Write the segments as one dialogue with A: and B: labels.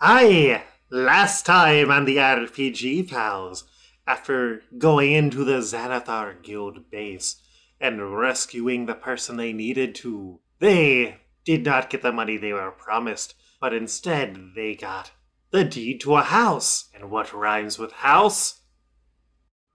A: Aye, last time on the RPG Pals, after going into the Xanathar Guild base and rescuing the person they needed to, they did not get the money they were promised, but instead they got the deed to a house. And what rhymes with house?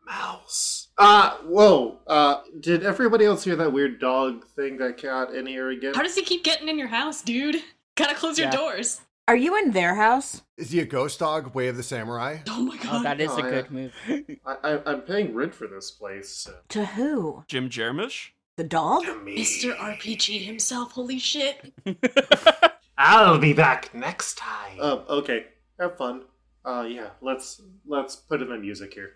A: Mouse.
B: Uh, whoa. Uh, did everybody else hear that weird dog thing that got in here again?
C: How does he keep getting in your house, dude? Gotta close your
D: Yeah.
C: doors.
E: Are you in their house?
F: Is he a ghost dog? Way of the Samurai?
C: Oh my god.
D: Oh, that is
B: Oh,
D: a
B: yeah.
D: good move.
B: I, I, I'm paying rent for this place. So.
E: To who?
G: Jim Jarmusch?
E: The dog?
A: To me.
C: Mr. RPG himself, holy shit.
A: I'll be back next time.
B: Um, okay. Have fun. Uh, yeah. Let's let's put in the music here.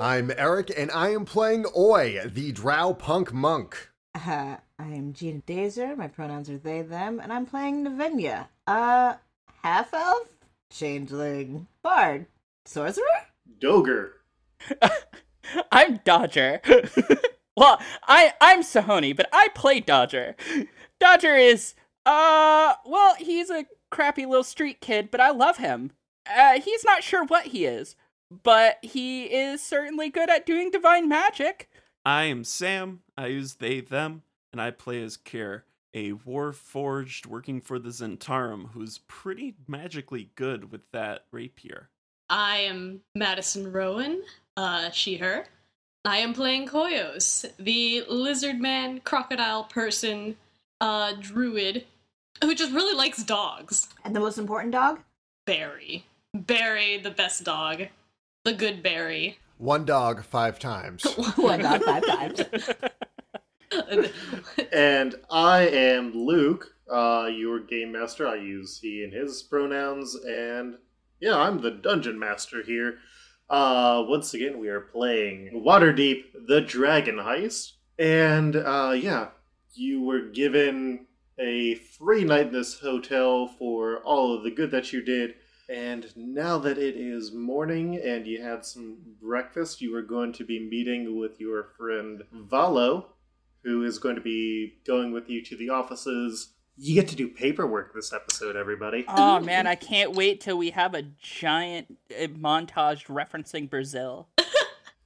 F: I'm Eric, and I am playing Oi, the Drow Punk Monk.
E: Uh, I'm Gina Dazer. My pronouns are they, them, and I'm playing Navenya. Uh, half elf? Changeling. Bard. Sorcerer?
B: Doger.
D: I'm Dodger. well, I I'm Sahoni, but I play Dodger. Dodger is uh well, he's a crappy little street kid, but I love him. Uh, he's not sure what he is, but he is certainly good at doing divine magic.
G: I am Sam. I use they, them, and I play as Kier, a warforged working for the Zentarum who's pretty magically good with that rapier.
C: I am Madison Rowan, uh, she, her. I am playing Koyos, the lizard man, crocodile person, uh, druid, who just really likes dogs.
E: And the most important dog?
C: Barry. Barry, the best dog. The good Barry.
F: One dog, five times.
E: One dog, five times.
B: And I am Luke, uh, your game master. I use he and his pronouns, and yeah, I'm the dungeon master here. Uh, once again, we are playing Waterdeep: The Dragon Heist, and uh, yeah, you were given a free night in this hotel for all of the good that you did. And now that it is morning and you had some breakfast, you are going to be meeting with your friend Valo, who is going to be going with you to the offices. You get to do paperwork this episode, everybody.
D: oh man, I can't wait till we have a giant uh, montage referencing Brazil.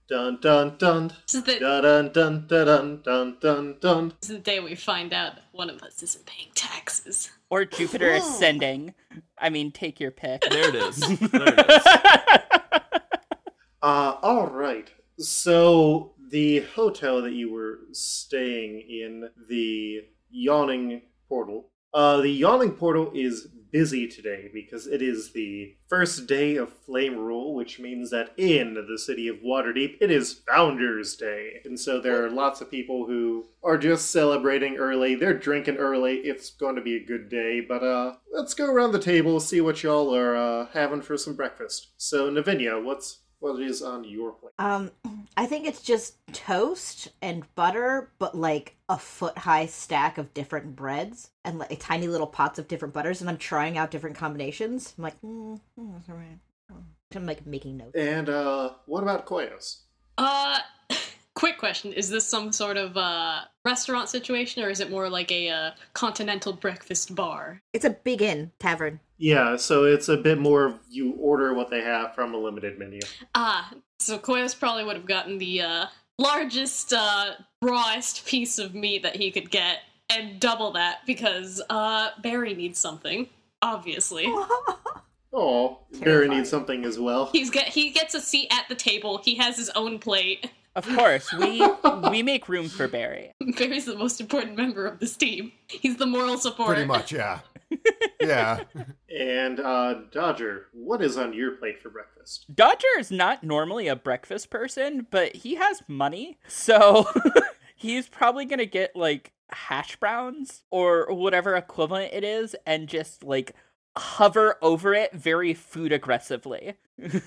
B: Dun dun dun
C: this, is the,
B: dun dun dun dun dun dun dun.
C: this is the day we find out that one of us isn't paying taxes.
D: Or Jupiter ascending. I mean, take your pick.
G: There it is. There it is.
B: Uh, all right. So the hotel that you were staying in, the Yawning Portal. Uh, the Yawning Portal is busy today because it is the first day of Flame Rule, which means that in the city of Waterdeep, it is Founders Day, and so there are lots of people who are just celebrating early. They're drinking early. It's going to be a good day. But uh, let's go around the table, see what y'all are uh, having for some breakfast. So, Navinia, what's what is on your plate?
E: Um, I think it's just toast and butter, but like a foot high stack of different breads and like tiny little pots of different butters. And I'm trying out different combinations. I'm like, mm, mm, that's all right. Mm. I'm like making notes.
B: And uh, what about Koyos?
C: Uh, quick question: Is this some sort of uh restaurant situation, or is it more like a uh, continental breakfast bar?
E: It's a big inn tavern.
B: Yeah, so it's a bit more of you order what they have from a limited menu.
C: Ah, so Koyos probably would have gotten the uh largest, uh rawest piece of meat that he could get, and double that because uh Barry needs something. Obviously,
B: Oh, Barry
E: Terrifying.
B: needs something as well.
C: he's get he gets a seat at the table. He has his own plate.
D: Of course, we we make room for Barry.
C: Barry's the most important member of this team. He's the moral support.
F: Pretty much, yeah. yeah.
B: And uh, Dodger, what is on your plate for breakfast?
D: Dodger is not normally a breakfast person, but he has money, so he's probably gonna get like hash browns or whatever equivalent it is, and just like hover over it very food aggressively.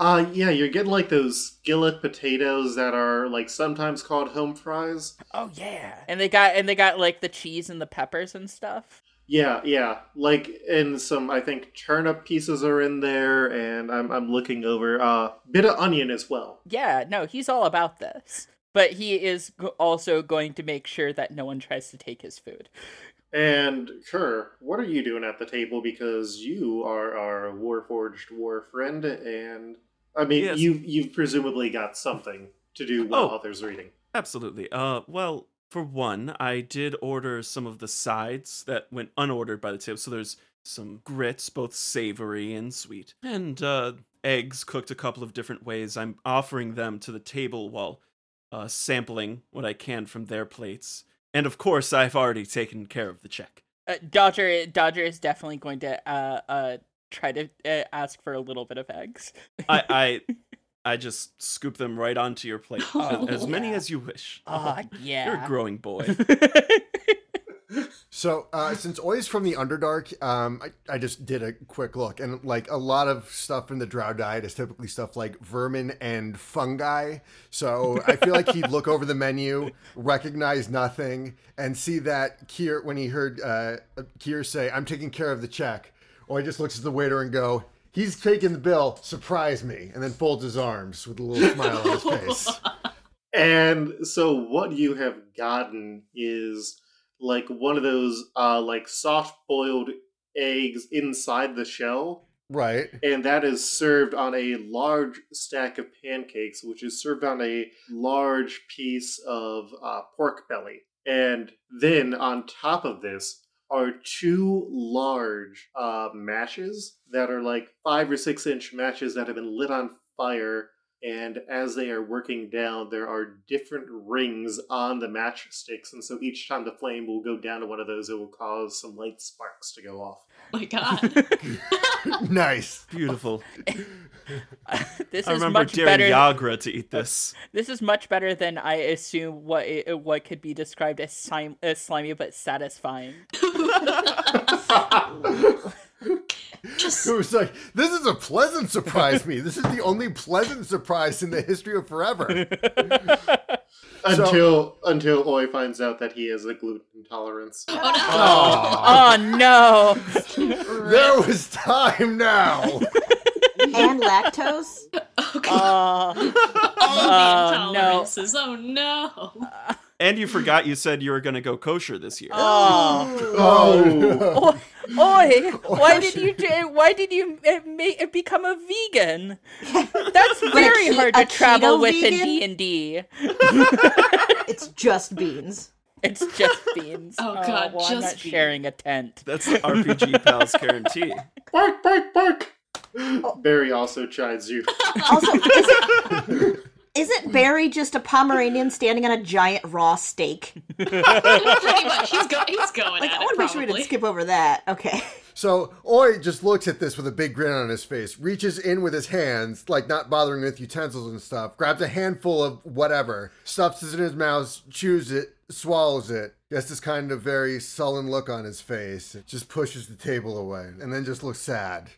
B: Uh, yeah, you're getting like those skillet potatoes that are like sometimes called home fries.
D: oh yeah, and they got and they got like the cheese and the peppers and stuff.
B: Yeah, yeah. Like and some I think turnip pieces are in there and I'm I'm looking over uh bit of onion as well.
D: Yeah, no, he's all about this. But he is go- also going to make sure that no one tries to take his food.
B: And Kerr, what are you doing at the table because you are our warforged war friend and I mean
G: Yes.
B: you you've presumably got something to do while
G: Oh.
B: others reading.
G: Absolutely. Uh, well, for one, I did order some of the sides that went unordered by the table. So there's some grits, both savory and sweet, and uh, eggs cooked a couple of different ways. I'm offering them to the table while uh, sampling what I can from their plates. And of course, I've already taken care of the check.
D: Uh, Dodger, Dodger is definitely going to uh, uh, try to uh, ask for a little bit of eggs.
G: I, I, I just scoop them right onto your plate,
C: Oh,
G: as, as many
D: yeah.
G: as you wish.
D: Ah, yeah.
G: You're a growing boy.
F: So, uh, since Oi's from the Underdark, um, I, I just did a quick look, and like a lot of stuff in the Drow diet is typically stuff like vermin and fungi. So, I feel like he'd look over the menu, recognize nothing, and see that Kier, when he heard uh, Kier say, I'm taking care of the check, Oi just looks at the waiter and go, He's taking the bill, surprise me, and then folds his arms with a little smile on his face.
B: And so what you have gotten is like one of those uh like soft boiled eggs inside the shell
F: Right.
B: and that is served on a large stack of pancakes which is served on a large piece of uh, pork belly and then on top of this are two large uh, matches that are like five or six inch matches that have been lit on fire and as they are working down there are different rings on the matchsticks and so each time the flame will go down to one of those it will cause some light sparks to go off
C: Oh my god.
F: nice.
G: Beautiful.
D: this
G: I
D: is
G: remember
D: much
G: daring
D: better.
G: Yagra to eat this.
D: This is much better than I assume what it, what could be described as, sim- as slimy but satisfying.
C: Just
F: It was like, this is a pleasant surprise me. This is the only pleasant surprise in the history of forever. So-
B: until until Oi finds out that he has a gluten intolerance.
D: Oh no!
F: There was time now.
E: and lactose.
C: oh, god.
D: Oh.
C: all
D: oh,
C: the
D: no.
C: intolerances. Oh no.
G: And you forgot you said you were going to go kosher this year.
D: oh.
F: Oh,
D: Oi, oi, why did you do, why did you uh, ma- become a vegan? That's very
E: ke-
D: hard
E: a
D: to travel
E: keto
D: with in D
E: vegan?
D: and D.
E: It's just beans.
D: It's just beans.
C: Oh, God,
D: well, I'm
C: just
D: not
C: beans.
D: sharing a tent.
G: That's the RPG Pals guarantee.
B: Bark, bark, bark. Barry also chides you.
E: Also, is it, isn't Barry just a Pomeranian standing on a giant raw steak?
C: Pretty much. He's, go- he's going
E: Like,
C: at it
E: I want to make sure
C: probably.
E: we didn't skip over that. Okay.
F: So Oi just looks at this with a big grin on his face, reaches in with his hands, like not bothering with utensils and stuff, grabs a handful of whatever, stuffs it in his mouth, chews it, swallows it, gets this kind of very sullen look on his face, just pushes the table away, and then just looks sad.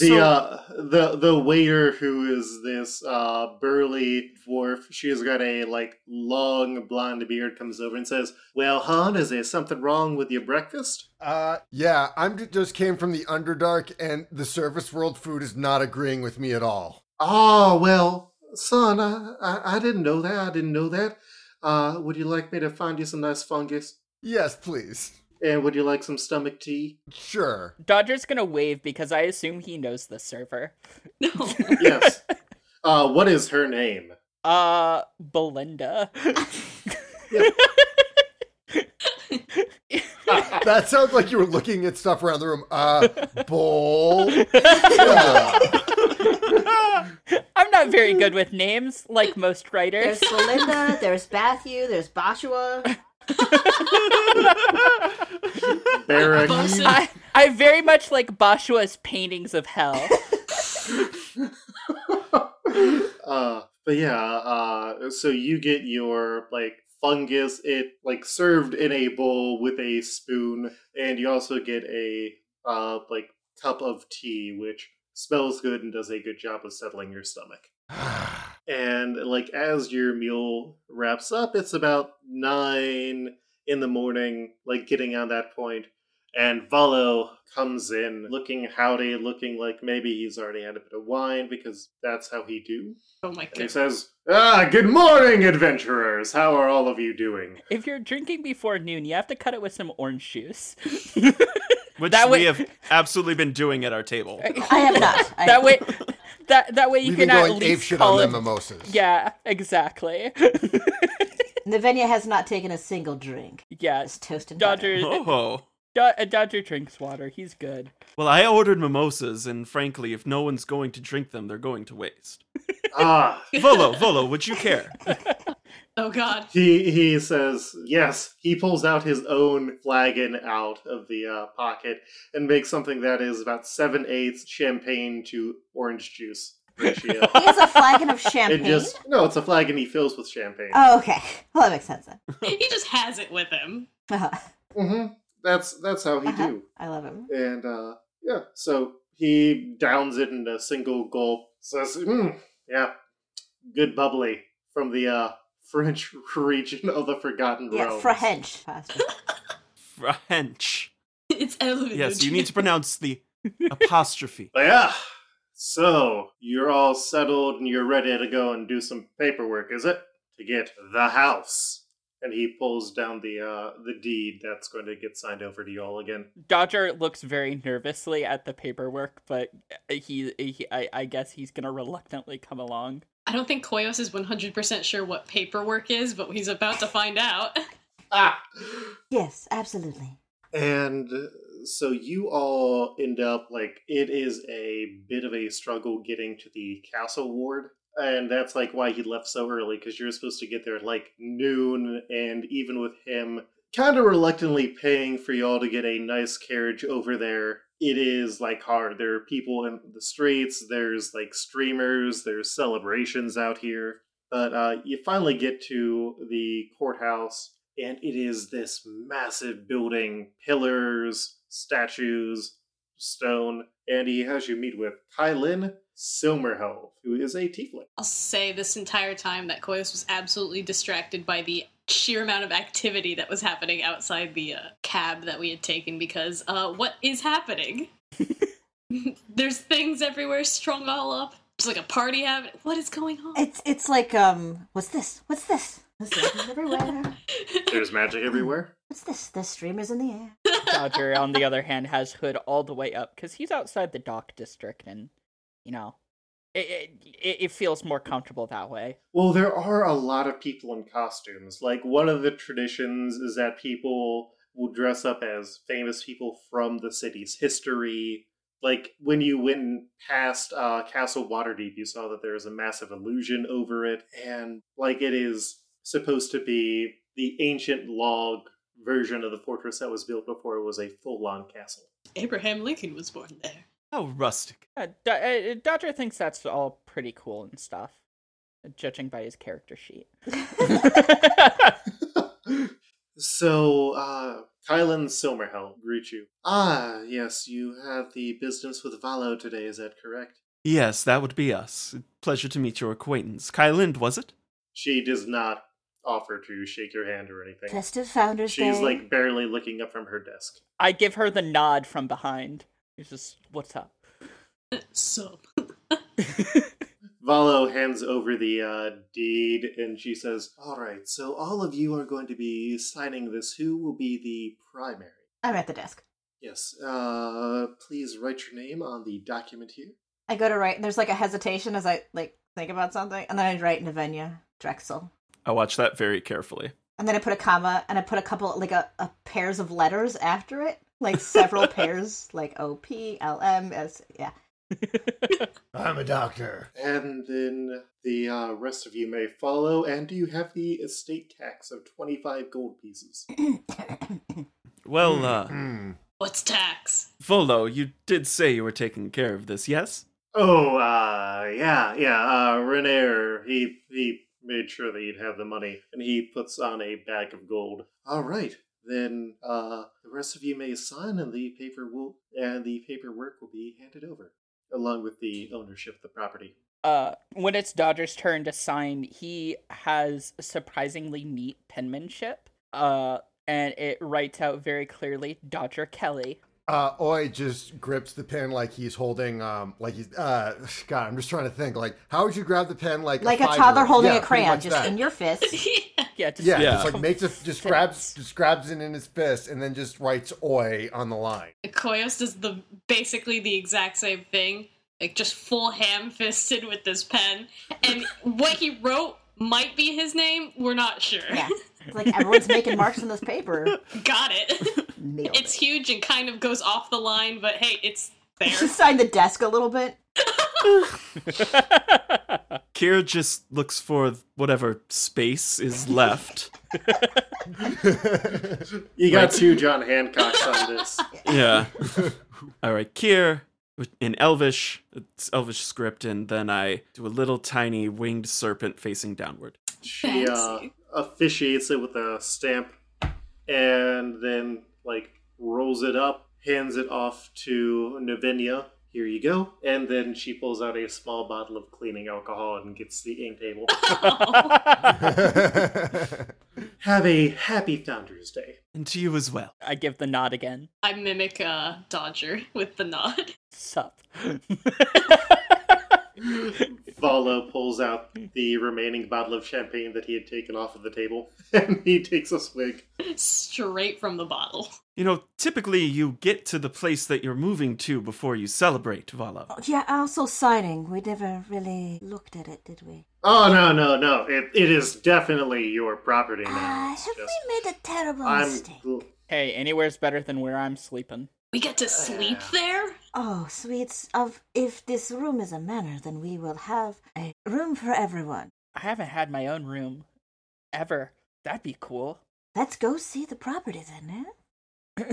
B: The uh, the the waiter who is this uh, burly dwarf. She's got a like long blonde beard. Comes over and says, "Well, hon, is there something wrong with your breakfast?"
F: Uh, yeah, I'm ju- just came from the Underdark, and the surface world food is not agreeing with me at all.
B: Oh well, son, I I, I didn't know that. I didn't know that. Uh, would you like me to find you some nice fungus?
F: Yes, please.
B: And would you like some stomach tea?
F: Sure.
D: Dodger's gonna wave because I assume he knows the server.
C: No.
B: Yes. uh, what is her name?
D: Uh, Belinda.
F: That sounds like you were looking at stuff around the room. Uh, bowl. Yeah.
D: I'm not very good with names, like most
E: There's
D: writers.
E: Belinda, there's Matthew, there's Bashua.
B: Barrack.
C: Bosun.
D: I, I very much like Bashua's paintings of hell.
B: uh, but yeah, uh, so you get your like fungus it like served in a bowl with a spoon, and you also get a uh, like cup of tea, which smells good and does a good job of settling your stomach. And like as your meal wraps up, it's about nine in the morning, like getting on that point. And Valo comes in looking howdy, looking like maybe he's already had a bit of wine because that's how he do.
C: oh my
B: And he
C: god.
B: says, Ah, good morning, adventurers. How are all of you doing?
D: If you're drinking before noon, you have to cut it with some orange juice.
G: Which
D: That way-
G: we have absolutely been doing at our table.
E: I have not. I-
D: that way, that that way you
F: We've
D: can
F: been
D: at
F: going
D: least
F: apeshit
D: call
F: on
D: it.
F: them mimosas.
D: yeah, exactly.
E: Navenia has not taken a single drink.
D: yes,
E: It's toast and butter.
D: Dodger.
G: Oh.
D: Do- uh, Dodger drinks water. He's good.
G: Well, I ordered mimosas, and frankly, if no one's going to drink them, they're going to waste.
B: ah,
G: Volo, Volo, would you care?
C: Oh god.
B: he he says yes he pulls out his own flagon out of the uh, pocket and makes something that is about seven eighths champagne to orange juice ratio
E: He has a flagon of
B: and
E: champagne.
B: just no it's a flagon he fills with champagne
E: Oh, okay. Well, that makes sense then.
C: He just has it with him.
E: Uh-huh.
B: hmm that's that's how he
E: Uh-huh.
B: do
E: I love him.
B: and uh yeah so he downs it in a single gulp says mm, yeah good bubbly from the uh french region of the forgotten
E: Yeah,
B: realms
E: French. Faster.
G: French.
C: It's elevated.
G: Yes, you need to pronounce the apostrophe.
B: But yeah. So you're all settled and you're ready to go and do some paperwork, is it? To get the house. And he pulls down the uh, the deed that's going to get signed over to you all again.
D: Dodger looks very nervously at the paperwork, but uh, he, he I, I guess he's gonna reluctantly come along.
C: I don't think Koyos is 100% sure what paperwork is, but he's about to find out.
B: Ah.
E: yes, absolutely.
B: And so you all end up like it is a bit of a struggle getting to the castle ward. And that's like why he left so early, because you're supposed to get there at like noon, and even with him kind of reluctantly paying for y'all to get a nice carriage over there, it is like hard. There are people in the streets, there's like streamers, there's celebrations out here. But uh, you finally get to the courthouse, and it is this massive building, pillars, statues, stone, and he has you meet with Kylin Silmerhelm, who is a tiefling.
C: I'll say this entire time that Koyos was absolutely distracted by the sheer amount of activity that was happening outside the uh, cab that we had taken because uh, what is happening? There's things everywhere strung all up. It's like a party happening. What is going on?
E: It's it's like um, what's this? What's this? This is everywhere.
B: There's magic everywhere.
E: What's this? There's streamers in the air.
D: Dodger, on the other hand, has hood all the way up because he's outside the dock district, and you know, it it, it feels more comfortable that way.
B: Well, there are a lot of people in costumes. Like, one of the traditions is that people will dress up as famous people from the city's history. Like, when you went past uh, Castle Waterdeep, you saw that there is a massive illusion over it, and like, it is supposed to be the ancient log version of the fortress that was built before it was a full on castle.
C: Abraham Lincoln was born there.
G: How rustic.
D: Yeah, Do- uh, Dodger thinks that's all pretty cool and stuff, judging by his character sheet.
B: So, uh, Kylan Silmerhelm greet you. Ah, yes, you have the business with Valo today, is that correct?
G: Yes, that would be us. Pleasure to meet your acquaintance. Kylind, was it?
B: She does not offer to shake your hand or anything.
E: Festive Founders Day.
B: She's like barely looking up from her desk.
D: I give her the nod from behind. It's just, what's up?
C: So,
B: Valo hands over the uh, deed and she says, All right, so all of you are going to be signing this. Who will be the primary?
E: I'm at the desk.
B: Yes, uh, please write your name on the document here.
E: I go to write, and there's like a hesitation as I like think about something, and then I write Navenia Drexel.
G: I watched that very carefully.
E: and then I put a comma, and I put a couple like a, a pairs of letters after it, like several pairs, like O P L M S. Yeah,
F: I'm a doctor.
B: And then the uh, rest of you may follow. And do you have the estate tax of 25 gold pieces?
G: Well, uh,
F: Hmm.
C: What's tax?
G: Volo, you did say you were taking care of this, yes?
B: Oh, uh, yeah, yeah. Uh, Renair, he he made sure that you'd have the money, and he puts on a bag of gold. All right, then uh, the rest of you may sign, and the paper will and the paperwork will be handed over, along with the ownership of the property.
D: Uh, when it's Dodger's turn to sign, he has surprisingly neat penmanship. Uh, and it writes out very clearly Dodger Kelly.
F: Uh, Oi just grips the pen like he's holding, um, like he's. Uh, God, I'm just trying to think. Like, how would you grab the pen? Like,
E: like a
F: five-year-old?
E: toddler holding
F: Yeah,
E: a
F: pretty
E: crayon,
F: much
E: just
F: that.
E: in your fist.
D: Yeah, just
F: Yeah,
G: Yeah.
F: just like makes a just grabs just grabs it in his fist and then just writes "oi" on the line.
C: Koyos does the basically the exact same thing, like just full ham fisted with this pen. And what he wrote might be his name. We're not sure.
E: Yeah, it's like everyone's making marks on this paper.
C: Got it.
E: Nailed
C: it's
E: it.
C: huge and kind of goes off the line, but hey, it's there.
E: Just sign the desk a little bit.
G: Kier just looks for whatever space is left.
B: You got two John Hancock's on this.
G: yeah. All right, Kier in Elvish, it's Elvish script, and then I do a little tiny winged serpent facing downward.
B: She uh,
C: Fancy.
B: officiates it with a stamp, and then like rolls it up, hands it off to Navinia. Here you go. And then she pulls out a small bottle of cleaning alcohol and gets the ink table. Have a happy Founder's Day.
G: And to you as well.
D: I give the nod again.
C: I mimic uh, Dodger with the nod.
D: Sup.
B: Valo pulls out the remaining bottle of champagne that he had taken off of the table, and he takes a swig.
C: Straight from the bottle.
G: You know, typically you get to the place that you're moving to before you celebrate, Vala.
E: Oh, Yeah, also signing. We never really looked at it, did we?
B: Oh no no no! It, it is definitely your property now. It's just-
E: Ah, made a terrible
B: I'm
D: hey, anywhere's better than where I'm sleeping.
C: We get to sleep there?
E: Oh, sweets of if this room is a manor, then we will have a room for everyone.
D: I haven't had my own room ever. That'd be cool.
E: Let's go see the property then, eh?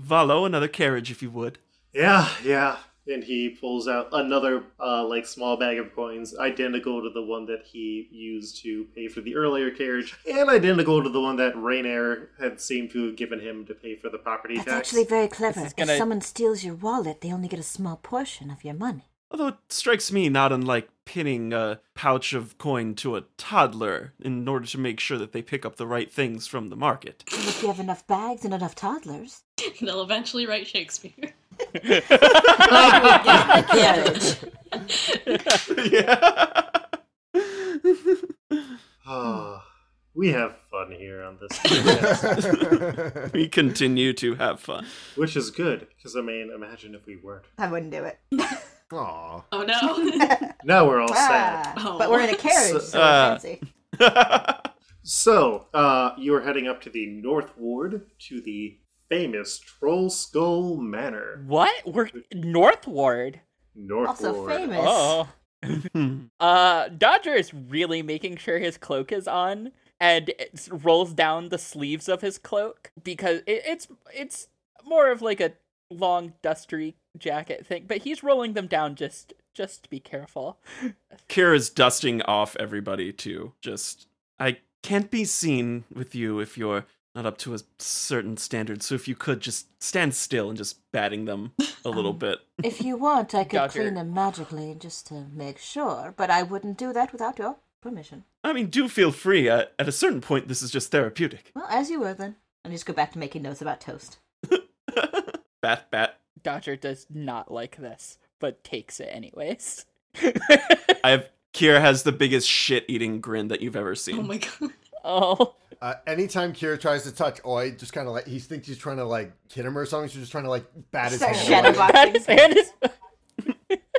G: Valo, another carriage if you would.
B: Yeah, yeah. And he pulls out another uh, like small bag of coins, identical to the one that he used to pay for the earlier carriage, and identical to the one that Rainair had seemed to have given him to pay for the property
E: That's
B: tax.
E: actually very clever.
D: is gonna-
E: If someone steals your wallet, they only get a small portion of your money.
G: Although it strikes me not unlike pinning a pouch of coin to a toddler in order to make sure that they pick up the right things from the market.
E: And if you have enough bags and enough toddlers,
C: They'll eventually write Shakespeare.
G: yeah.
B: Ah, we have fun here on this, podcast,
G: we continue to have fun.
B: which is good because I mean, imagine if we weren't.
E: I wouldn't do it.
F: Aw.
C: Oh no.
B: Now we're all sad.
E: Ah.
C: Oh. but we're in a
E: carriage,
G: so we're Uh,
E: fancy.
B: So, uh, you are heading up to the North Ward to the famous Troll Skull Manor.
D: what? We're northward.
B: North
E: Also
B: Ward.
E: famous.
D: Oh.
G: Hmm.
D: Uh, Dodger is really making sure his cloak is on and it's, rolls down the sleeves of his cloak because it, it's it's more of like a long dusty jacket thing, but he's rolling them down just just to be careful.
G: Kira's dusting off everybody too. Just I can't be seen with you if you're not up to a certain standard. So if you could just stand still and just batting them a little bit.
E: If you want, I could
D: Dodger.
E: clean them magically just to make sure, but I wouldn't do that without your permission.
G: I mean, do feel free. Uh, at a certain point, this is just therapeutic.
E: Well, as you were then. And just go back to making notes about toast.
G: bat, bat.
D: Dodger does not like this, but takes it anyways.
G: I have Kira has the biggest shit-eating grin that you've ever seen.
C: oh my god.
D: oh,
F: Uh, anytime Kira tries to touch Oi, just kind of like he thinks he's trying to like hit him or something. She's just trying to like bat his
E: Start
F: hand. away.
E: shadowboxing.
D: God, his hand is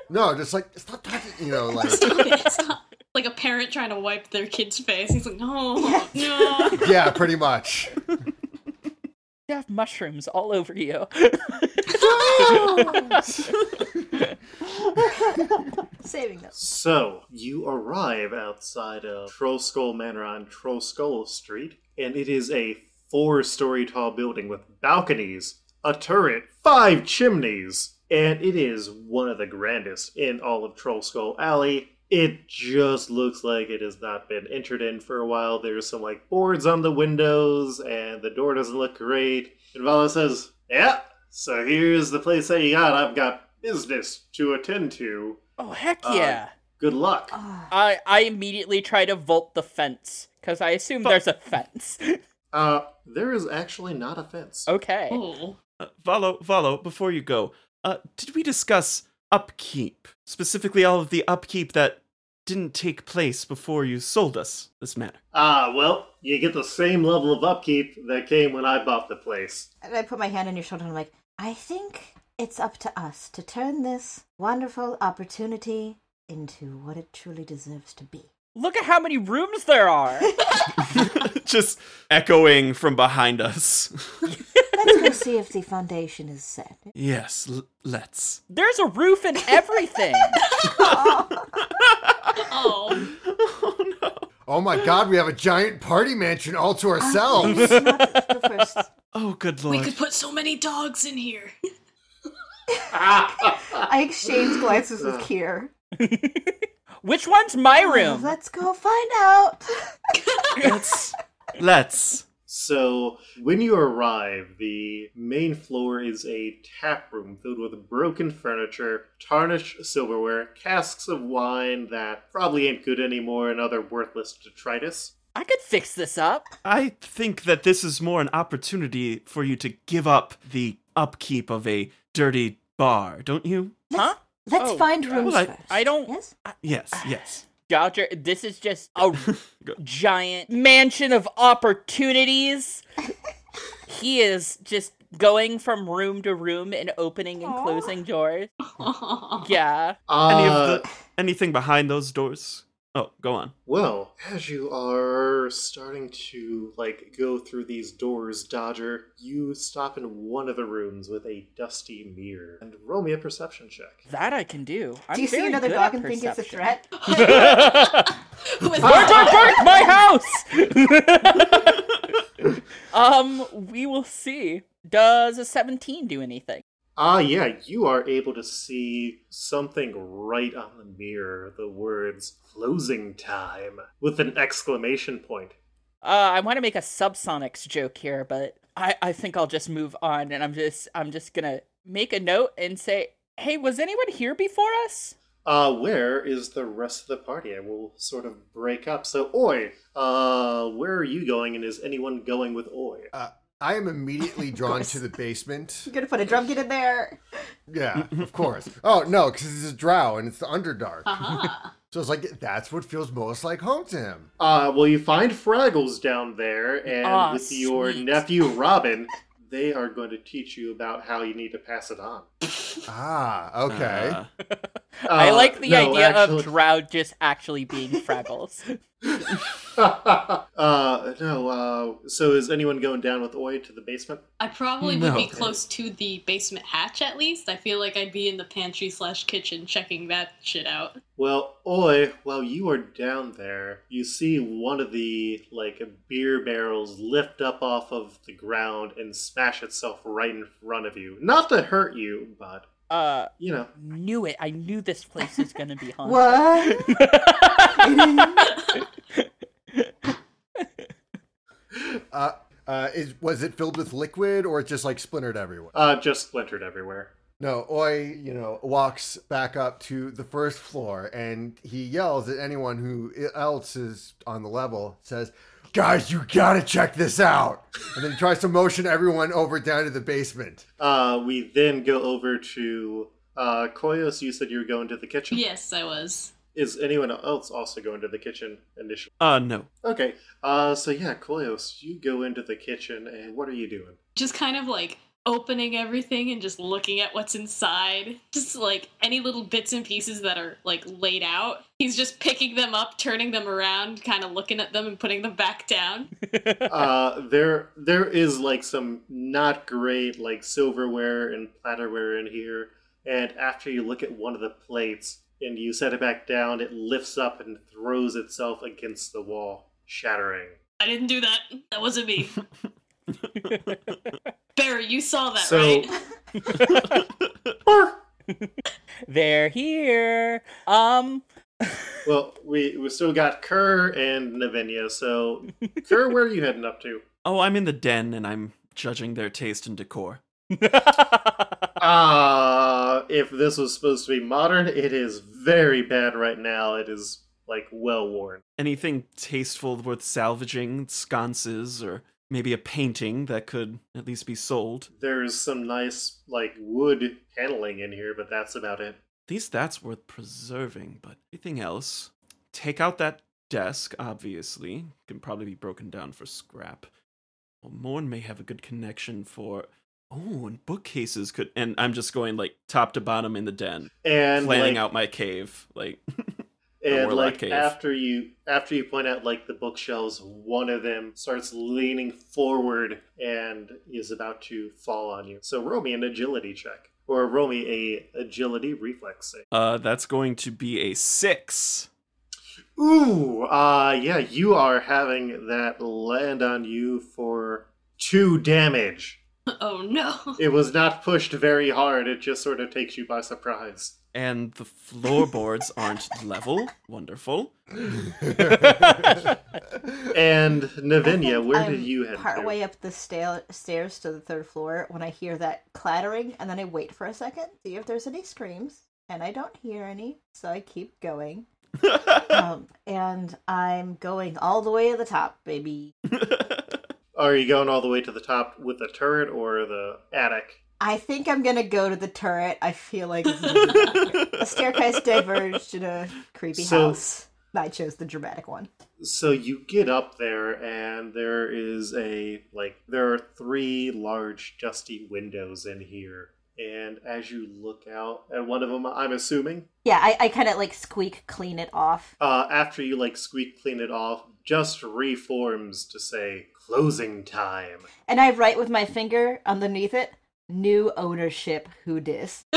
F: No, just like stop touching. You know, like
C: Stop it. Stop. Like like a parent trying to wipe their kid's face. He's like, no, no.
F: yeah, pretty much.
D: You have mushrooms all over you.
E: Saving those.
B: So, you arrive outside of Trollskull Manor on Trollskull Street, and it is a four story tall building with balconies, a turret, five chimneys, and it is one of the grandest in all of Trollskull Alley. It just looks like it has not been entered in for a while. There's some like boards on the windows, and the door doesn't look great. And Vala says, Yeah, so here's the place that you got. I've got business to attend to.
D: oh heck
B: Uh,
D: yeah!
B: Good luck.
E: Ah.
D: I I immediately try to vault the fence because I assume there's a fence.
B: Uh, there is actually not a fence.
D: okay.
C: Oh.
G: Uh, Valo, Valo, before you go, uh, did we discuss upkeep? Specifically, all of the upkeep that didn't take place before you sold us this manor.
B: Ah, well, you get the same level of upkeep that came when I bought the place.
E: And I put my hand on your shoulder and I'm like, I think it's up to us to turn this wonderful opportunity into what it truly deserves to be.
D: Look at how many rooms there are.
G: Just echoing from behind us.
E: Let's go see if the foundation is set.
G: yes, l- let's.
D: there's a roof and everything.
C: Oh.
G: Oh no.
F: Oh my god, we have a giant party mansion all to ourselves.
E: It's not the first.
G: Oh, good
C: We
G: lord.
C: could put so many dogs in here.
E: I exchanged glances with Kier.
D: Which one's my
E: Oh,
D: room?
E: Let's go find out.
G: Let's. Let's.
B: So, when you arrive, the main floor is a tap room filled with broken furniture, tarnished silverware, casks of wine that probably ain't good anymore, and other worthless detritus.
D: I could fix this up.
G: I think that this is more an opportunity for you to give up the upkeep of a dirty bar, don't you?
D: Huh?
E: Let's
D: Oh,
E: find
D: uh,
E: rooms
G: well, I-
E: first.
D: I don't-
E: Yes?
G: Yes, yes.
D: Dodger, this is just a
G: Go.
D: giant mansion of opportunities. he is just going from room to room and opening and
E: Aw.
D: closing doors. Yeah.
B: Uh,
G: Any of the anything behind those doors? Oh, go on.
B: Well, as you are starting to like go through these doors, Dodger, you stop in one of the rooms with a dusty mirror and roll me a perception check.
D: That I can do. I'm
E: Do you see
D: very
E: another
D: good at
E: dog and think it's a
D: perception.
E: threat?
C: With-
D: Burnt, burnt, burnt, my house! um, we will see. Does a 17 do anything?
B: Ah, yeah, you are able to see something right on the mirror. The words "closing time" with an exclamation point.
D: Uh, I want to make a subsonics joke here, but I, I think I'll just move on and I'm just I'm just gonna make a note and say, Hey, was anyone here before us?
B: Uh, where is the rest of the party? I will sort of break up. So, Oi, uh, where are you going, and is anyone going with Oi?
F: Uh, I am immediately drawn to the basement.
E: You're gonna put a drum kit in there.
F: Yeah, of course. Oh no, because it's a drow and it's the Underdark.
C: uh-huh.
F: So it's like that's what feels most like home to him.
B: Uh, well, you find Fraggles down there, and
D: Aw,
B: with your
D: sweet.
B: nephew Robin, they are going to teach you about how you need to pass it on.
F: Ah, okay.
G: Uh,
D: I
B: Uh,
D: like the
B: no,
D: idea
B: actually-
D: of Drow just actually being Fraggles.
B: uh, no. Uh, so is anyone going down with Oi to the basement?
C: I probably would be
G: No.
C: close to the basement hatch at least. I feel like I'd be in the pantry slash kitchen checking that shit out.
B: Well, Oi, while you are down there, you see one of the like beer barrels lift up off of the ground and smash itself right in front of you. Not to hurt you, but
D: Uh
B: you know.
D: knew it. I knew this place is gonna be haunted.
E: What?
F: Uh, uh, is was it filled with liquid or it just like splintered everywhere?
B: Uh, just splintered everywhere.
F: No, Oi, you know, walks back up to the first floor and he yells at anyone who else is on the level, says, Guys, you gotta check this out! And then tries to motion everyone over down to the basement.
B: Uh, we then go over to uh, Koyos. You said you were going to the kitchen.
C: yes, I was.
B: Is anyone else also going to the kitchen initially?
G: uh no.
B: Okay. Uh, so yeah, Koyos, you go into the kitchen, and what are you doing?
C: Just kind of like opening everything and just looking at what's inside. Just like any little bits and pieces that are like laid out. He's just picking them up, turning them around, kind of looking at them and putting them back down.
B: uh, there there is like some not great like silverware and platterware in here. And after you look at one of the plates and you set it back down, it lifts up and throws itself against the wall, shattering.
C: I didn't do that. That wasn't me. Barry, you saw that,
B: So-
C: right?
D: They're here. Um,
B: Well, we we still got Kerr and Navinia. So Kerr, where are you heading up to?
G: Oh, I'm in the den and I'm judging their taste in decor.
B: Ah, if this was supposed to be modern, it is very bad right now. It is like well worn.
G: Anything tasteful worth salvaging, sconces, or maybe a painting that could at least be sold.
B: There's some nice like wood paneling in here, but that's about it.
G: At least that's worth preserving, but anything else? Take out that desk, obviously. Can probably be broken down for scrap. Well, Morn may have a good connection for. Oh, and bookcases could. And I'm just going like top to bottom in the den,
B: And
G: planning
B: like,
G: out my cave. Like,
B: and
G: Warlock
B: like
G: Cave.
B: after you after you point out like the bookshelves, one of them starts leaning forward and is about to fall on you. So roll me an agility check, or roll me a agility reflex save.
G: uh, that's going to be a six.
B: Ooh, uh, yeah, you are having that land on you for two damage.
C: Oh no.
B: It was not pushed very hard, it just sort of takes you by surprise.
G: And the floorboards aren't level. Wonderful.
B: And
E: I
B: Navinia,
E: think
B: where
E: I'm
B: did you head
E: Part
B: to?
E: way up the stair- stairs to the third floor when I hear that clattering, and then I wait for a second, see if there's any screams, and I don't hear any, so I keep going. um, and I'm going all the way to the top, baby.
B: Are you going all the way to the top with the turret or the attic?
E: I think I'm gonna go to the turret. I feel like this is- a staircase diverged in a creepy
B: So-
E: house. I chose the dramatic one.
B: So you get up there, and there is a like there are three large dusty windows in here. And as you look out at one of them, I'm assuming
E: Yeah, I, I kind of like squeak clean it off.
B: uh, after you like squeak clean it off, just reforms to say closing time.
E: And I write with my finger underneath it, new ownership, who dis?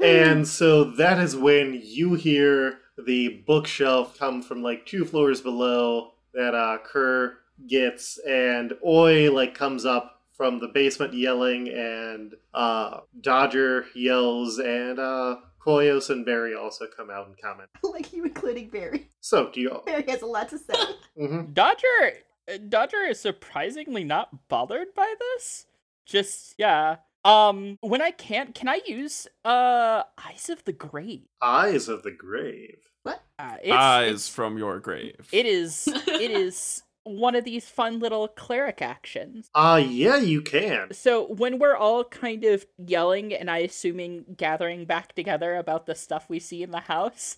B: and so that is when you hear the bookshelf come from like two floors below that uh, Kerr gets, and Oi like comes up from the basement yelling, and uh, Dodger yells, and uh, Koyos and Barry also come out and comment.
E: like you including Barry.
B: So do you?
E: Barry has a lot to say.
B: hmm
D: Dodger uh, Dodger is surprisingly not bothered by this. Just yeah. Um when I can't can I use uh Eyes of the Grave?
B: Eyes of the grave.
D: Uh, it's,
G: Eyes
D: it's-
G: from your grave.
D: it is it is one of these fun little cleric actions.
B: Ah, yeah, you can.
D: So when we're all kind of yelling and I assuming gathering back together about the stuff we see in the house,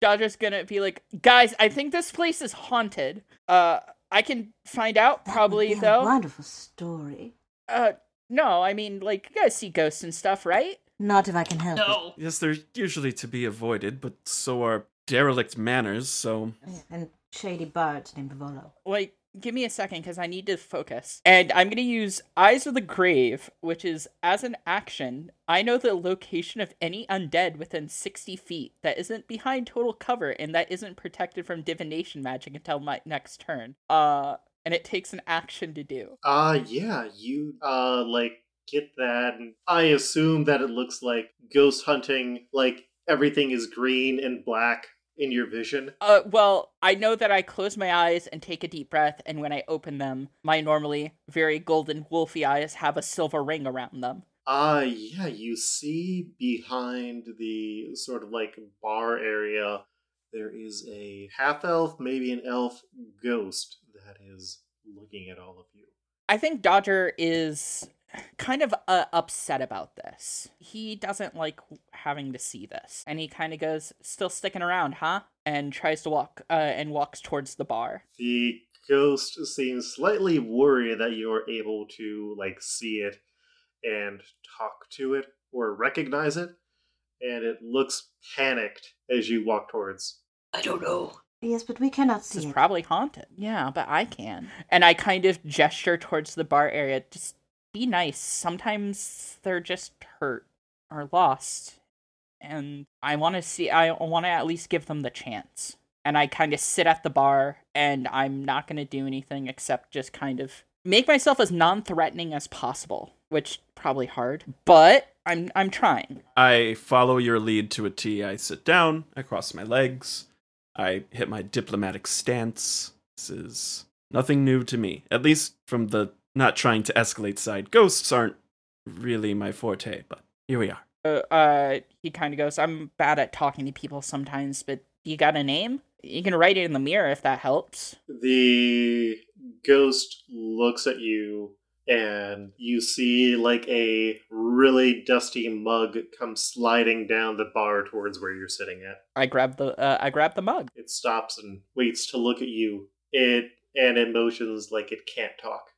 D: Dodger's gonna be like, guys, I think this place is haunted. Uh I can find out probably
E: That would be a
D: though.
E: wonderful story.
D: Uh, no, I mean, like, you guys see ghosts and stuff, right?
E: Not if I can help
C: No.
G: Yes, they're usually to be avoided, but so are derelict manners, so.
E: it. And shady bards named Volo.
D: Like, give me a second because I need to focus. And I'm going to use Eyes of the Grave, which is as an action, I know the location of any undead within 60 feet that isn't behind total cover and that isn't protected from divination magic until my next turn. Uh, and it takes an action to do.
B: Uh yeah, you uh like get that and I assume that it looks like ghost hunting, like everything is green and black in your vision.
D: Uh, well, I know that I close my eyes and take a deep breath, and when I open them, my normally very golden wolfy eyes have a silver ring around them.
B: Uh yeah, you see behind the sort of like bar area there is a half elf, maybe an elf ghost that is looking at all of you.
D: I think Dodger is kind of uh, upset about this. He doesn't like having to see this, and he kind of goes, "Still sticking around, huh?" and tries to walk uh, and walks towards the bar.
B: The ghost seems slightly worried that you're able to like see it and talk to it or recognize it, and it looks panicked as you walk towards.
C: I don't know.
E: Yes, but we cannot
D: This
E: see
D: is
E: it.
D: probably haunted. Yeah, but I can. And I kind of gesture towards the bar area. Just be nice. Sometimes they're just hurt or lost. And I want to see, I want to at least give them the chance. And I kind of sit at the bar and I'm not going to do anything except just kind of make myself as non threatening as possible, which probably hard, but I'm, I'm trying.
G: I follow your lead to a T. I sit down, I cross my legs, I hit my diplomatic stance. This is nothing new to me, at least from the not trying to escalate side. Ghosts aren't really my forte, but here we are.
D: uh, uh he kind of goes i'm bad at talking to people sometimes but you got a name you can write it in the mirror if that helps
B: The ghost looks at you, and you see like a really dusty mug come sliding down the bar towards where you're sitting at.
D: i grab the uh, i grab the mug
B: It stops and waits to look at you. It and it motions like it can't talk.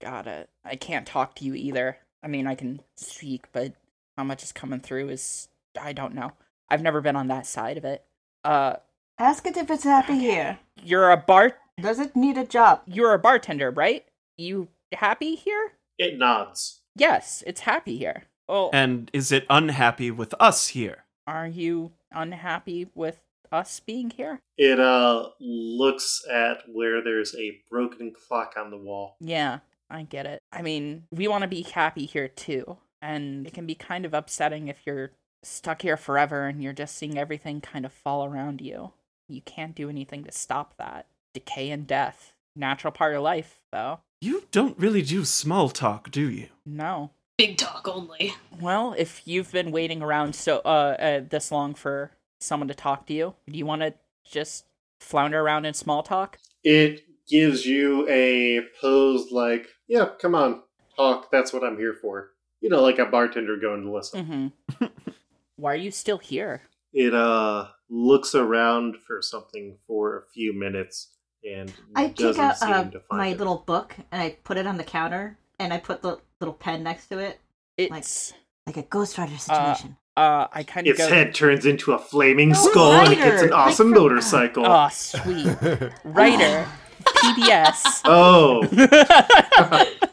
D: got it i can't talk to you either i mean i can speak but how much is coming through is i don't know i've never been on that side of it uh
E: Ask it if it's happy here.
D: you're a bar
E: Does it need a job?
D: you're a bartender right you happy here
B: It nods.
D: yes it's happy here oh
G: And is it unhappy with us here?
D: are you unhappy with us being here
B: It uh looks at where there's a broken clock on the wall.
D: Yeah, I get it. I mean, we want to be happy here too. And it can be kind of upsetting if you're stuck here forever and you're just seeing everything kind of fall around you. You can't do anything to stop that. Decay and death. Natural part of life, though.
G: You don't really do small talk, do you?
D: No.
C: Big talk only.
D: Well, if you've been waiting around so uh, uh this long for someone to talk to you, do you want to just flounder around in small talk?
B: It gives you a pose like, yeah, come on, talk, that's what I'm here for. You know, like a bartender going to listen.
E: Mm-hmm.
D: Mhm. Why are you still here?
B: It uh looks around for something for a few minutes and
E: I take
B: doesn't
E: out
B: seem
E: uh,
B: to find
E: my
B: it.
E: little book and I put it on the counter and I put the little pen next to it,
D: It's
E: like a ghostwriter situation.
D: uh I kind of
B: its
D: go
B: head turns into a flaming
E: No,
B: skull and it gets
E: lighter,
B: an
E: like
B: awesome
E: from-
B: motorcycle.
D: Oh, sweet. Writer, PBS.
B: oh,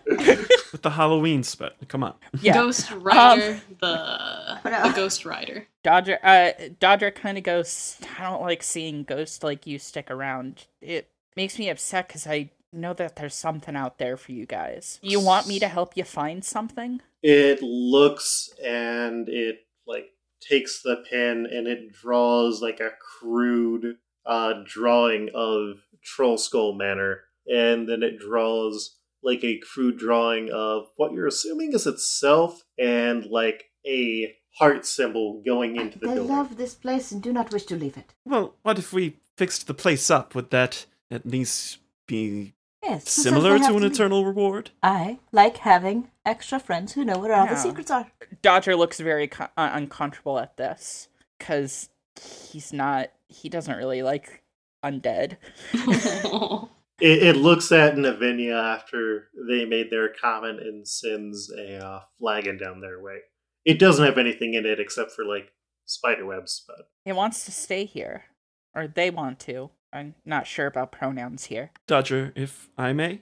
G: With the Halloween spell. Come on.
D: yeah.
C: Ghost Rider, the,
E: What else?
C: the Ghost Rider.
D: Dodger uh Dodger kind of goes, I don't like seeing ghosts like you stick around. It makes me upset cuz I know that there's something out there for you guys. You want me to help you find something?
B: it looks and it like takes the pen and it draws like a crude uh, drawing of Troll Skull Manor, and then it draws like a crude drawing of what you're assuming is itself and like a heart symbol going into the
E: I
B: building.
E: love this place and do not wish to leave it.
G: Well, what if we fixed the place up? Would that at least be
E: Yes. who says
G: similar
E: they have
G: to an
E: leave?
G: eternal reward?
E: I like having extra friends who know where all the
D: Yeah.
E: secrets are.
D: Dodger looks very co- uh, uncomfortable at this cuz he's not he doesn't really like undead.
B: It, it looks at Navinia after they made their comment and sends a uh, flagon down their way. It doesn't have anything in it except for like spider webs, but
D: It wants to stay here or they want to. I'm not sure about pronouns here.
G: Dodger, if I may?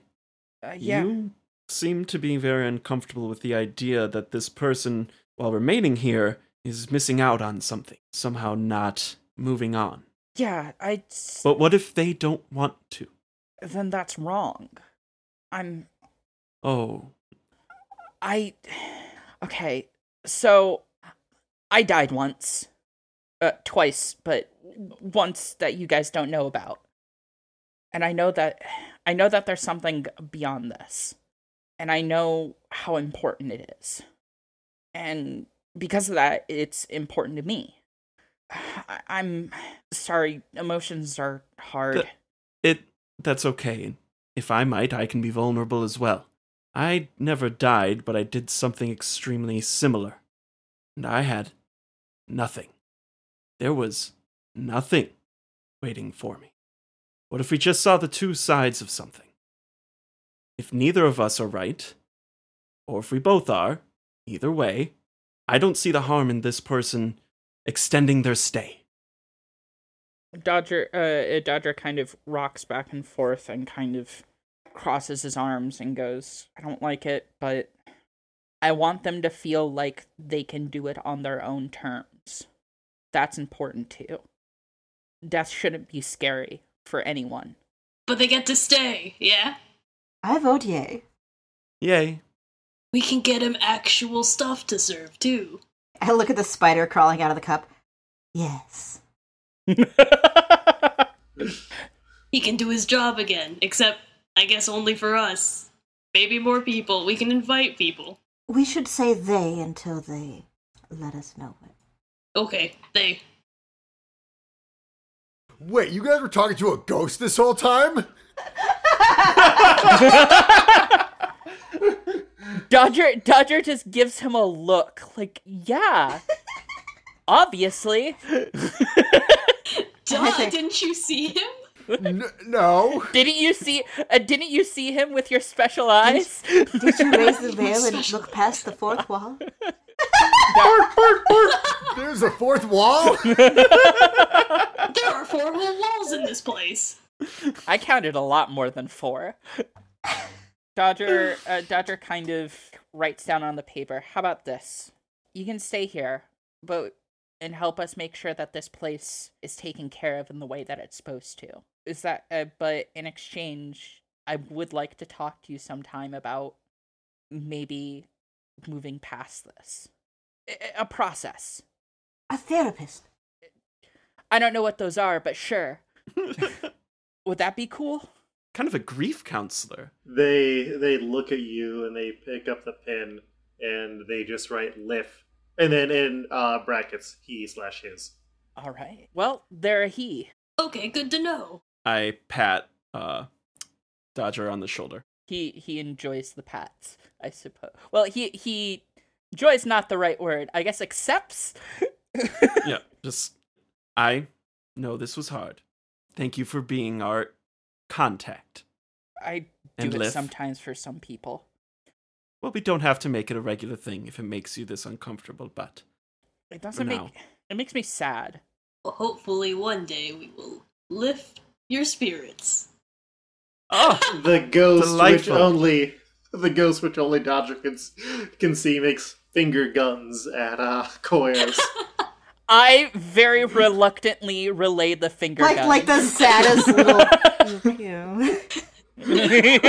D: Uh, yeah.
G: You seem to be very uncomfortable with the idea that this person, while remaining here, is missing out on something, somehow not moving on.
D: Yeah, I s-
G: But what if they don't want to?
D: then that's wrong. I'm
G: Oh,
D: I okay. So I died once, uh, twice, but once that you guys don't know about, and I know that I know that there's something beyond this, and I know how important it is, and because of that, it's important to me. I- I'm sorry, emotions are hard.
G: Th- it that's okay. If I might, I can be vulnerable as well. I never died, but I did something extremely similar. And I had nothing. There was nothing waiting for me. What if we just saw the two sides of something? If neither of us are right, or if we both are, either way, I don't see the harm in this person extending their stay.
D: Dodger, uh, Dodger kind of rocks back and forth and kind of crosses his arms and goes, "I don't like it, but I want them to feel like they can do it on their own terms. That's important too. Death shouldn't be scary for anyone."
C: But they get to stay, yeah?
E: I vote yay.
G: Yay.
C: We can get him actual stuff to serve, too.
E: I look at the spider crawling out of the cup. Yes.
C: He can do his job again, except, I guess, only for us. Maybe more people. We can invite people.
E: We should say they until they let us know it.
C: Okay, they.
F: Wait, you guys were talking to a ghost this whole time?
D: Dodger, Dodger just gives him a look, like, "Yeah, obviously."
C: Duh, didn't you see him?
F: N- no.
D: Didn't you see? Uh, didn't you see him with your special eyes?
E: Did you raise the veil and look past the fourth wall?
F: There's a fourth wall?
C: There are four whole walls in this place.
D: I counted a lot more than four. Dodger, uh, Dodger kind of writes down on the paper. How about this? You can stay here, but and help us make sure that this place is taken care of in the way that it's supposed to. Is that? Uh, but in exchange, I would like to talk to you sometime about maybe moving past this. A- a process.
E: A therapist.
D: I don't know what those are, but sure. Would that be cool?
G: kind of a grief counselor.
B: They they look at you and they pick up the pen and they just write "lif" and then in uh, brackets he slash his.
D: All right. Well, they're a he.
C: Okay, good to know.
G: I pat uh, Dodger on the shoulder.
D: He he enjoys the pats, I suppose. Well, he he enjoys not the right word. I guess accepts.
G: yeah, just I know this was hard. Thank you for being our contact.
D: I do
G: And
D: it
G: live.
D: sometimes for some people.
G: Well, we don't have to make it a regular thing if it makes you this uncomfortable, but
D: It doesn't make
G: now.
D: it makes me sad.
C: Well, hopefully, one day we will lift your spirits.
G: Oh,
B: The ghost,
G: Delightful.
B: which only the ghost which only Dodger can s- can see, makes finger guns at uh, Koyos.
D: I very reluctantly relay the finger
E: Like
D: gun.
E: like the saddest little. you.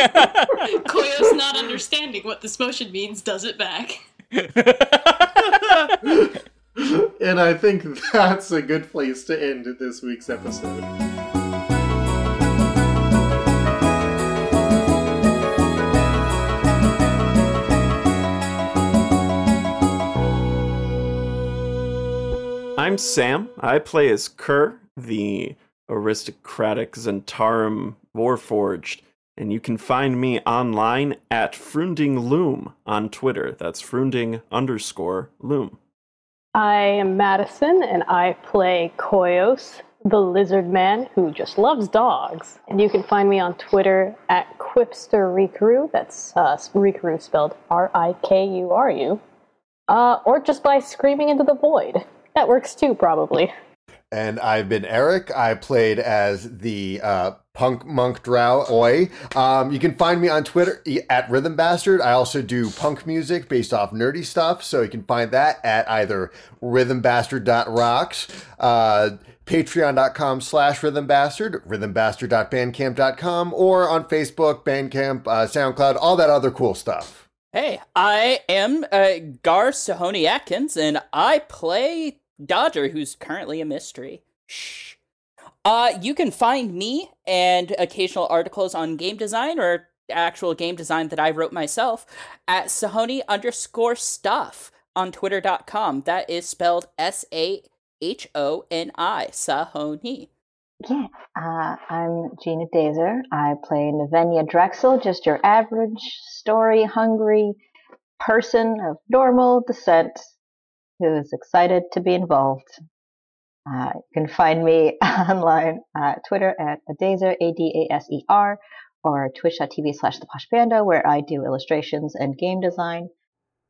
C: Koyo's not understanding what this motion means, does it back?
B: and I think that's a good place to end this week's episode.
G: I'm Sam. I play as Kerr, the aristocratic Zentarum Warforged, and you can find me online at Frunding Loom on Twitter. That's Frunding underscore Loom.
H: I am Madison, and I play Koyos, the lizard man who just loves dogs. And you can find me on Twitter at QuipsterRikuru, that's uh, Rikuru spelled R I K U R U, uh, or just by screaming into the void. That works too, probably.
F: And I've been Eric. I played as the uh, punk monk drow Oi. Um, you can find me on Twitter e- at Rhythm Bastard. I also do punk music based off nerdy stuff, so you can find that at either rhythmbastard.rocks, uh, patreon.com slash rhythmbastard, rhythmbastard.bandcamp.com, or on Facebook, Bandcamp, uh, SoundCloud, all that other cool stuff.
D: Hey, I am uh, Gar Sahoni Atkins, and I play Dodger, who's currently a mystery. Shh. Uh, you can find me and occasional articles on game design or actual game design that I wrote myself at Sahoni underscore stuff on twitter.com. That is spelled S A H O N I, Sahoni.
I: Yeah, uh, I'm Gina Dazer. I play Navenia Drexel, just your average story hungry person of normal descent who is excited to be involved. Uh, you can find me online at Twitter at Adaser, A D A S E R, or twitch.tv slash the posh panda, where I do illustrations and game design.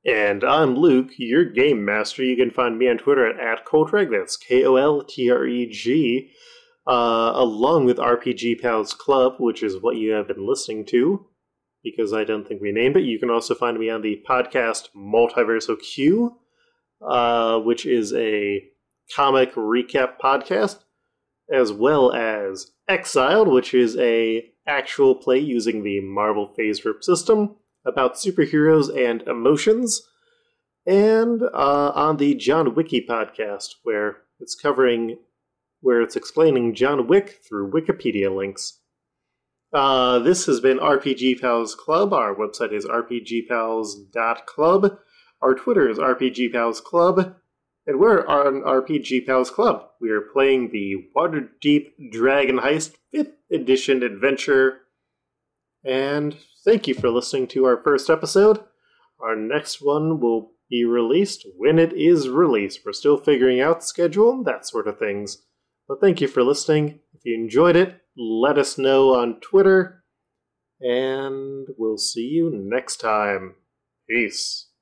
B: And I'm Luke, your game master. You can find me on Twitter at, at Coltreg, that's K O L T R E G, uh, along with RPG Pals Club, which is what you have been listening to, because I don't think we named it. You can also find me on the podcast Multiverso Q, uh, which is a comic recap podcast, as well as Exiled, which is a actual play using the Marvel Phase Rip system about superheroes and emotions, and uh, on the John Wiki podcast, where it's covering, where it's explaining John Wick through Wikipedia links. Uh, this has been RPG Pals Club. Our website is rpgpals.club. Our Twitter is rpgpalsclub, And we're on RPG Pals Club. We are playing the Waterdeep Dragon Heist 5th Edition Adventure and thank you for listening to our first episode. Our next one will be released when it is released. We're still figuring out the schedule and that sort of things. But thank you for listening. If you enjoyed it, let us know on Twitter. And we'll see you next time. Peace.